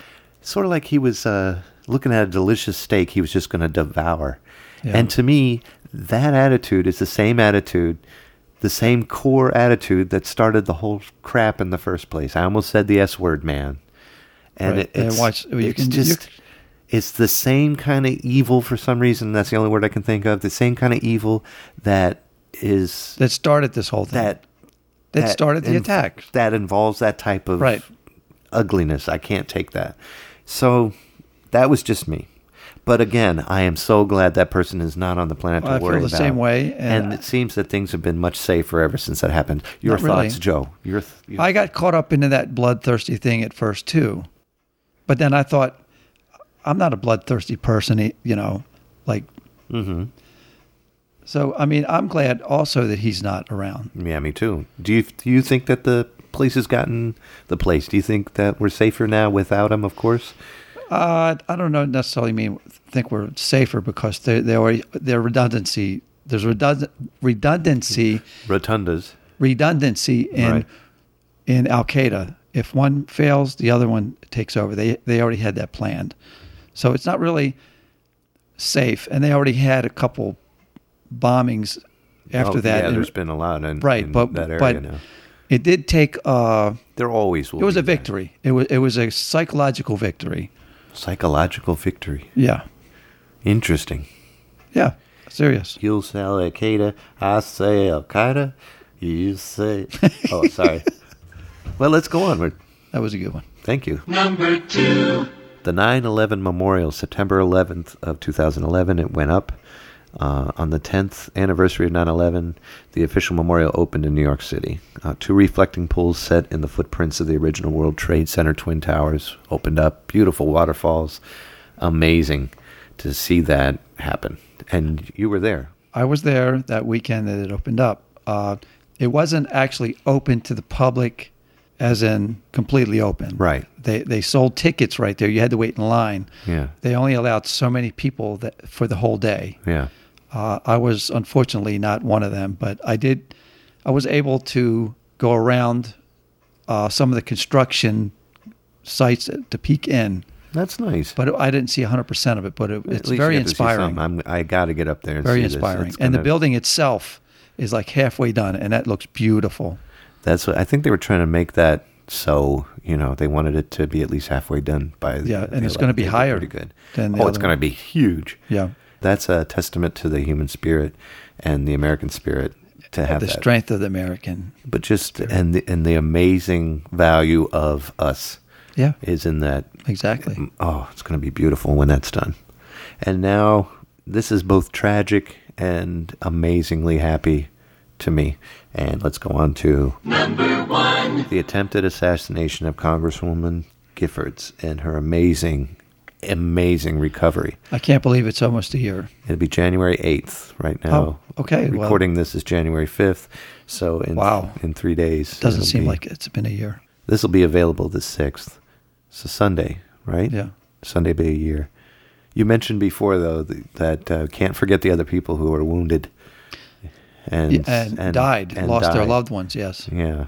[SPEAKER 4] sort of like he was uh, looking at a delicious steak he was just going to devour.
[SPEAKER 1] Yeah.
[SPEAKER 4] And to me, that attitude is the same attitude, the same core attitude that started the whole crap in the first place. I almost said the S word, man. And
[SPEAKER 1] Right.
[SPEAKER 4] it,
[SPEAKER 1] And
[SPEAKER 4] it's,
[SPEAKER 1] watch- you
[SPEAKER 4] it's
[SPEAKER 1] can- you-
[SPEAKER 4] just. It's the same kind of evil for some reason. That's the only word I can think of. The same kind of evil that is
[SPEAKER 1] That started this whole thing.
[SPEAKER 4] that
[SPEAKER 1] That started the
[SPEAKER 4] inv-
[SPEAKER 1] attack.
[SPEAKER 4] That involves that type of
[SPEAKER 1] Right.
[SPEAKER 4] ugliness. I can't take that. So that was just me. But again, I am so glad that person is not on the planet
[SPEAKER 1] I
[SPEAKER 4] to
[SPEAKER 1] feel
[SPEAKER 4] worry
[SPEAKER 1] the
[SPEAKER 4] about.
[SPEAKER 1] same way,
[SPEAKER 4] And,
[SPEAKER 1] and-
[SPEAKER 4] it seems that things have been much safer ever since that happened. Your
[SPEAKER 1] Not really.
[SPEAKER 4] thoughts, Joe? Your, th- your
[SPEAKER 1] I got caught up into that bloodthirsty thing at first too. But then I thought I'm not a bloodthirsty person, e- you know, like
[SPEAKER 4] Mm-hmm.
[SPEAKER 1] So I mean, I'm glad also that he's not around.
[SPEAKER 4] yeah, me too. Do you do you think that the place has gotten the place? Do you think that we're safer now without him? Of course.
[SPEAKER 1] Uh, I don't know necessarily mean think we're safer because they they already their redundancy there's redundant redundancy
[SPEAKER 4] Rotundas.
[SPEAKER 1] redundancy in
[SPEAKER 4] Right.
[SPEAKER 1] in Al Qaeda. If one fails, the other one takes over. They they already had that planned, so it's not really safe. And they already had a couple bombings after
[SPEAKER 4] Oh,
[SPEAKER 1] that.
[SPEAKER 4] yeah,
[SPEAKER 1] in-
[SPEAKER 4] there's been a lot in,
[SPEAKER 1] right,
[SPEAKER 4] in
[SPEAKER 1] but
[SPEAKER 4] that area
[SPEAKER 1] but
[SPEAKER 4] now.
[SPEAKER 1] it did take. Uh,
[SPEAKER 4] There always will.
[SPEAKER 1] it was
[SPEAKER 4] be
[SPEAKER 1] a
[SPEAKER 4] that.
[SPEAKER 1] victory. It was it was a psychological victory.
[SPEAKER 4] Psychological victory.
[SPEAKER 1] Yeah,
[SPEAKER 4] Interesting.
[SPEAKER 1] yeah, serious.
[SPEAKER 4] You say Al Qaeda, I say Al Qaeda, you say. Oh, sorry. well, let's go onward.
[SPEAKER 1] That was a good one.
[SPEAKER 4] Thank you. Number two. The 9 11 memorial, September 11th of 2011, it went up. Uh, on the 10th anniversary of 9 11, the official memorial opened in New York City. Uh, two reflecting pools set in the footprints of the original World Trade Center Twin Towers opened up. Beautiful waterfalls. Amazing to see that happen. And you were there.
[SPEAKER 1] I was there that weekend that it opened up. Uh, it wasn't actually open to the public, as in completely open.
[SPEAKER 4] Right.
[SPEAKER 1] They they sold tickets right there. You had to wait in line.
[SPEAKER 4] Yeah.
[SPEAKER 1] They only allowed so many people that for the whole day.
[SPEAKER 4] Yeah.
[SPEAKER 1] Uh, I was unfortunately not one of them, but I did. I was able to go around uh, some of the construction sites to peek in,
[SPEAKER 4] That's nice.
[SPEAKER 1] but I didn't see 100% of it. But it,
[SPEAKER 4] At
[SPEAKER 1] it's
[SPEAKER 4] least
[SPEAKER 1] very
[SPEAKER 4] you have to see something.
[SPEAKER 1] inspiring.
[SPEAKER 4] I'm, I got to get up there and
[SPEAKER 1] Very
[SPEAKER 4] see
[SPEAKER 1] inspiring.
[SPEAKER 4] this. It's
[SPEAKER 1] And the
[SPEAKER 4] gonna-
[SPEAKER 1] building itself is like halfway done, and that looks beautiful.
[SPEAKER 4] That's what I think they were trying to make that so you know they wanted it to be at least halfway done by
[SPEAKER 1] Yeah,
[SPEAKER 4] the
[SPEAKER 1] and it's gonna be
[SPEAKER 4] 11th.
[SPEAKER 1] higher
[SPEAKER 4] pretty good.
[SPEAKER 1] than the
[SPEAKER 4] oh, it's
[SPEAKER 1] other
[SPEAKER 4] going
[SPEAKER 1] one.
[SPEAKER 4] to be huge.
[SPEAKER 1] Yeah.
[SPEAKER 4] that's a testament to the human spirit and the American spirit to have
[SPEAKER 1] the
[SPEAKER 4] that.
[SPEAKER 1] strength of the American.
[SPEAKER 4] but just and the, and the amazing value of us
[SPEAKER 1] Yeah,
[SPEAKER 4] is in that.
[SPEAKER 1] exactly.
[SPEAKER 4] Oh, it's going to be beautiful when that's done. And now this is both tragic and amazingly happy to me. And let's go on to the attempted assassination of Congresswoman Giffords and her amazing, amazing recovery.
[SPEAKER 1] I can't believe it's almost a year.
[SPEAKER 4] It'll be January 8th right now.
[SPEAKER 1] Oh, okay, well-
[SPEAKER 4] Recording this is January 5th. So in,
[SPEAKER 1] Wow.
[SPEAKER 4] in three days.
[SPEAKER 1] Doesn't
[SPEAKER 4] it'll
[SPEAKER 1] seem
[SPEAKER 4] be-
[SPEAKER 1] like it's been a year.
[SPEAKER 4] This will be available the 6th. So Sunday, right?
[SPEAKER 1] Yeah.
[SPEAKER 4] Sunday be a year. You mentioned before, though, th- that uh, can't forget the other people who were wounded and,
[SPEAKER 1] Yeah, and, died,
[SPEAKER 4] and
[SPEAKER 1] lost their
[SPEAKER 4] died.
[SPEAKER 1] loved ones. Yes,
[SPEAKER 4] Yeah,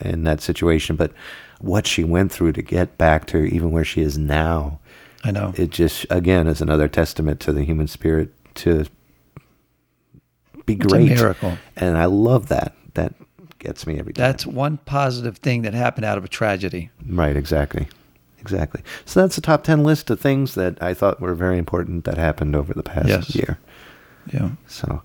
[SPEAKER 4] in that situation. But what she went through to get back to even where she is now
[SPEAKER 1] I know.
[SPEAKER 4] it just again is another testament to the human spirit to be
[SPEAKER 1] a
[SPEAKER 4] great
[SPEAKER 1] miracle.
[SPEAKER 4] and i love that that gets me every time
[SPEAKER 1] That's one positive thing that happened out of a tragedy.
[SPEAKER 4] right exactly exactly so that's the top 10 list of things that i thought were very important that happened over the past
[SPEAKER 1] Yes.
[SPEAKER 4] year
[SPEAKER 1] Yeah.
[SPEAKER 4] so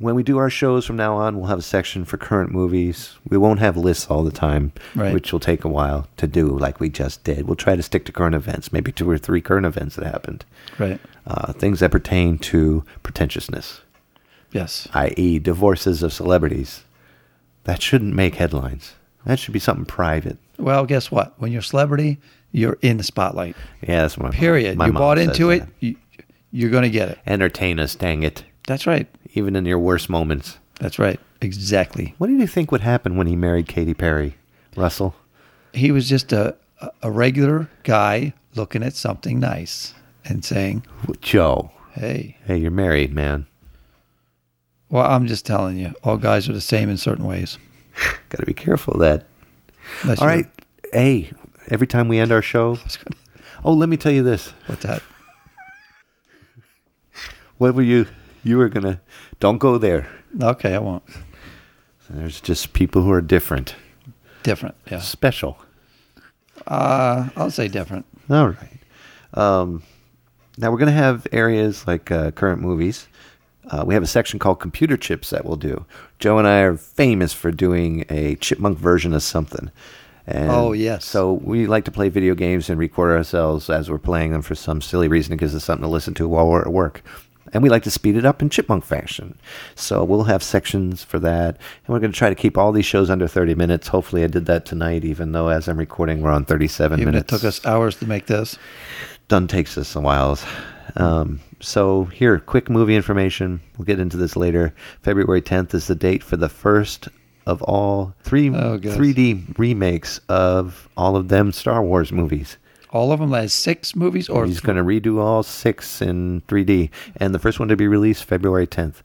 [SPEAKER 4] when we do our shows from now on we'll have a section for current movies we won't have lists all the time
[SPEAKER 1] Right.
[SPEAKER 4] which will take a while to do like we just did we'll try to stick to current events maybe two or three current events that happened
[SPEAKER 1] Right.
[SPEAKER 4] uh, things that pertain to pretentiousness,
[SPEAKER 1] Yes.
[SPEAKER 4] i.e., divorces of celebrities. That shouldn't make headlines. That should be something private.
[SPEAKER 1] Well, guess what? When you're a celebrity, you're in the spotlight.
[SPEAKER 4] Yeah, that's my
[SPEAKER 1] Period.
[SPEAKER 4] My
[SPEAKER 1] you
[SPEAKER 4] mom
[SPEAKER 1] bought
[SPEAKER 4] says
[SPEAKER 1] into it.
[SPEAKER 4] that.
[SPEAKER 1] You, you're going to get it.
[SPEAKER 4] Entertain us, dang it!
[SPEAKER 1] That's right.
[SPEAKER 4] Even in your worst moments.
[SPEAKER 1] That's right. Exactly.
[SPEAKER 4] What did you think would happen when he married Katy Perry, Russell?
[SPEAKER 1] He was just a a- a regular guy looking at something nice and saying,
[SPEAKER 4] Joe,
[SPEAKER 1] "Hey,
[SPEAKER 4] hey, you're married, man.
[SPEAKER 1] well, I'm just telling you, all guys are the same in certain ways."
[SPEAKER 4] Got to be careful of that.
[SPEAKER 1] Unless
[SPEAKER 4] All
[SPEAKER 1] you're-
[SPEAKER 4] right, hey. Every time we end our show, oh, let me tell you this.
[SPEAKER 1] What's that?
[SPEAKER 4] What were you? You were gonna. Don't go there.
[SPEAKER 1] Okay, I won't.
[SPEAKER 4] There's just people who are different.
[SPEAKER 1] Different. Yeah.
[SPEAKER 4] special.
[SPEAKER 1] Uh, I'll say different.
[SPEAKER 4] All right. Um, now we're going to have areas like uh, current movies. Uh, we have a section called computer chips that we'll do. Joe and I are famous for doing a chipmunk version of something. And
[SPEAKER 1] Oh, yes.
[SPEAKER 4] So we like to play video games and record ourselves as we're playing them for some silly reason. It gives us something to listen to while we're at work. And we like to speed it up in chipmunk fashion. So we'll have sections for that. And we're going to try to keep all these shows under 30 minutes. Hopefully, I did that tonight, even though as I'm recording, we're on 37
[SPEAKER 1] Even if it
[SPEAKER 4] minutes
[SPEAKER 1] took us hours to make this.
[SPEAKER 4] done takes us a while. Um, so here, quick movie information. We'll get into this later. February 10th is the date for the first of all three
[SPEAKER 1] Oh, gosh.
[SPEAKER 4] 3D remakes of all of them Star Wars movies.
[SPEAKER 1] All of them has six movies, or
[SPEAKER 4] He's going to redo all six in 3D, and the first one to be released February 10th.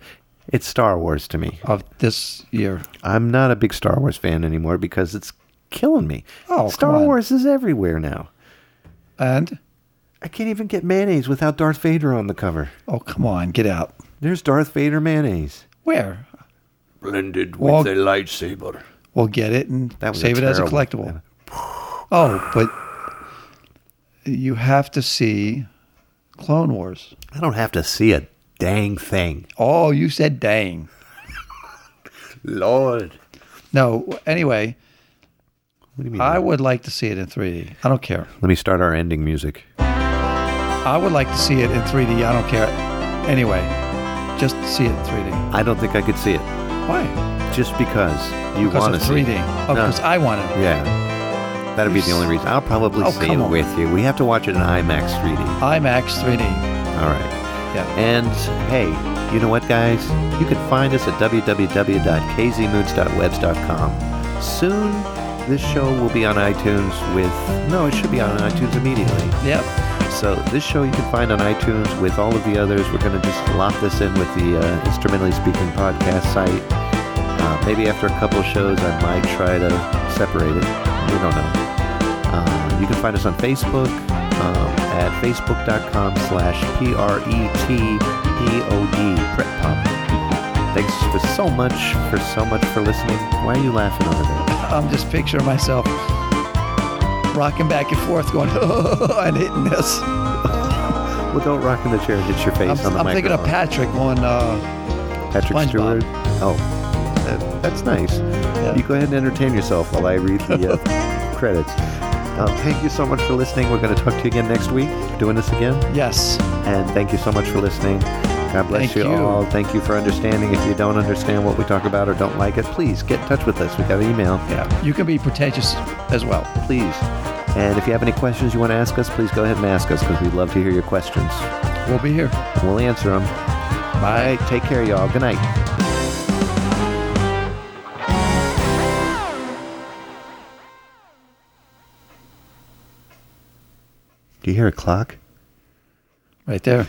[SPEAKER 4] It's Star Wars to me.
[SPEAKER 1] of this year.
[SPEAKER 4] I'm not a big Star Wars fan anymore because it's killing me.
[SPEAKER 1] Oh,
[SPEAKER 4] Star
[SPEAKER 1] come on.
[SPEAKER 4] Wars is everywhere now.
[SPEAKER 1] And
[SPEAKER 4] I can't even get mayonnaise without Darth Vader on the cover.
[SPEAKER 1] oh, come on, get out.
[SPEAKER 4] There's Darth Vader mayonnaise.
[SPEAKER 1] Where?
[SPEAKER 4] Blended
[SPEAKER 1] with Well- a
[SPEAKER 4] lightsaber.
[SPEAKER 1] We'll get it and
[SPEAKER 4] That was
[SPEAKER 1] save it as a
[SPEAKER 4] terrible-
[SPEAKER 1] collectible. Oh, but you have to see Clone Wars.
[SPEAKER 4] I don't have to see a dang thing.
[SPEAKER 1] Oh, you said dang.
[SPEAKER 4] Lord.
[SPEAKER 1] No, anyway,
[SPEAKER 4] What do you mean?
[SPEAKER 1] I would like to see it in 3D. I don't care.
[SPEAKER 4] Let me start our ending music.
[SPEAKER 1] I would like to see it in 3D. I don't care. Anyway, just see it in 3D?
[SPEAKER 4] I don't think I could see it
[SPEAKER 1] Why?
[SPEAKER 4] just because you
[SPEAKER 1] Because
[SPEAKER 4] want
[SPEAKER 1] of
[SPEAKER 4] to see
[SPEAKER 1] 3D.
[SPEAKER 4] it.
[SPEAKER 1] Oh,
[SPEAKER 4] No.
[SPEAKER 1] because I want it.
[SPEAKER 4] Yeah. That'd be the only reason. I'll probably
[SPEAKER 1] Oh,
[SPEAKER 4] see
[SPEAKER 1] come
[SPEAKER 4] it
[SPEAKER 1] on.
[SPEAKER 4] with you. We have to watch it in IMAX 3D.
[SPEAKER 1] IMAX 3D.
[SPEAKER 4] All right.
[SPEAKER 1] Yeah.
[SPEAKER 4] And hey, you know what, guys? You can find us at www.kzmoods.webs.com. Soon, this show will be on iTunes with. No, it should be on iTunes immediately.
[SPEAKER 1] Yep.
[SPEAKER 4] So this show you can find on iTunes with all of the others. We're going to just lock this in with the uh, Instrumentally Speaking podcast site. Uh, maybe after a couple of shows, I might try to separate it. We don't know. Uh, you can find us on Facebook um, at facebook.com slash E P-R-E-T-P-O-D, Bret Pop. Thanks for so much, for so much for listening. Why are you laughing over there?
[SPEAKER 1] I'm just picturing myself rocking back and forth going, "Oh," and hitting this.
[SPEAKER 4] Well, don't rock in the chair and hit your face
[SPEAKER 1] I'm,
[SPEAKER 4] on the
[SPEAKER 1] I'm
[SPEAKER 4] microphone.
[SPEAKER 1] thinking of Patrick on, uh,
[SPEAKER 4] Patrick
[SPEAKER 1] SpongeBob.
[SPEAKER 4] Stewart. Oh, that, that's nice.
[SPEAKER 1] Yeah.
[SPEAKER 4] You go ahead and entertain yourself while I read the uh, credits. Um, thank you so much for listening. We're going to talk to you again next week. We're doing this again.
[SPEAKER 1] yes.
[SPEAKER 4] And thank you so much for listening. God bless
[SPEAKER 1] Thank
[SPEAKER 4] you,
[SPEAKER 1] you.
[SPEAKER 4] all. Thank you for understanding. If you don't understand what we talk about or don't like it, please get in touch with us. We got an email.
[SPEAKER 1] Yeah. You can be pretentious as well.
[SPEAKER 4] Please. And if you have any questions you want to ask us, please go ahead and ask us because we'd love to hear your questions.
[SPEAKER 1] We'll be here.
[SPEAKER 4] We'll answer them. All
[SPEAKER 1] Bye.
[SPEAKER 4] right. Take care, y'all. Good night. Do you hear a clock?
[SPEAKER 1] Right there.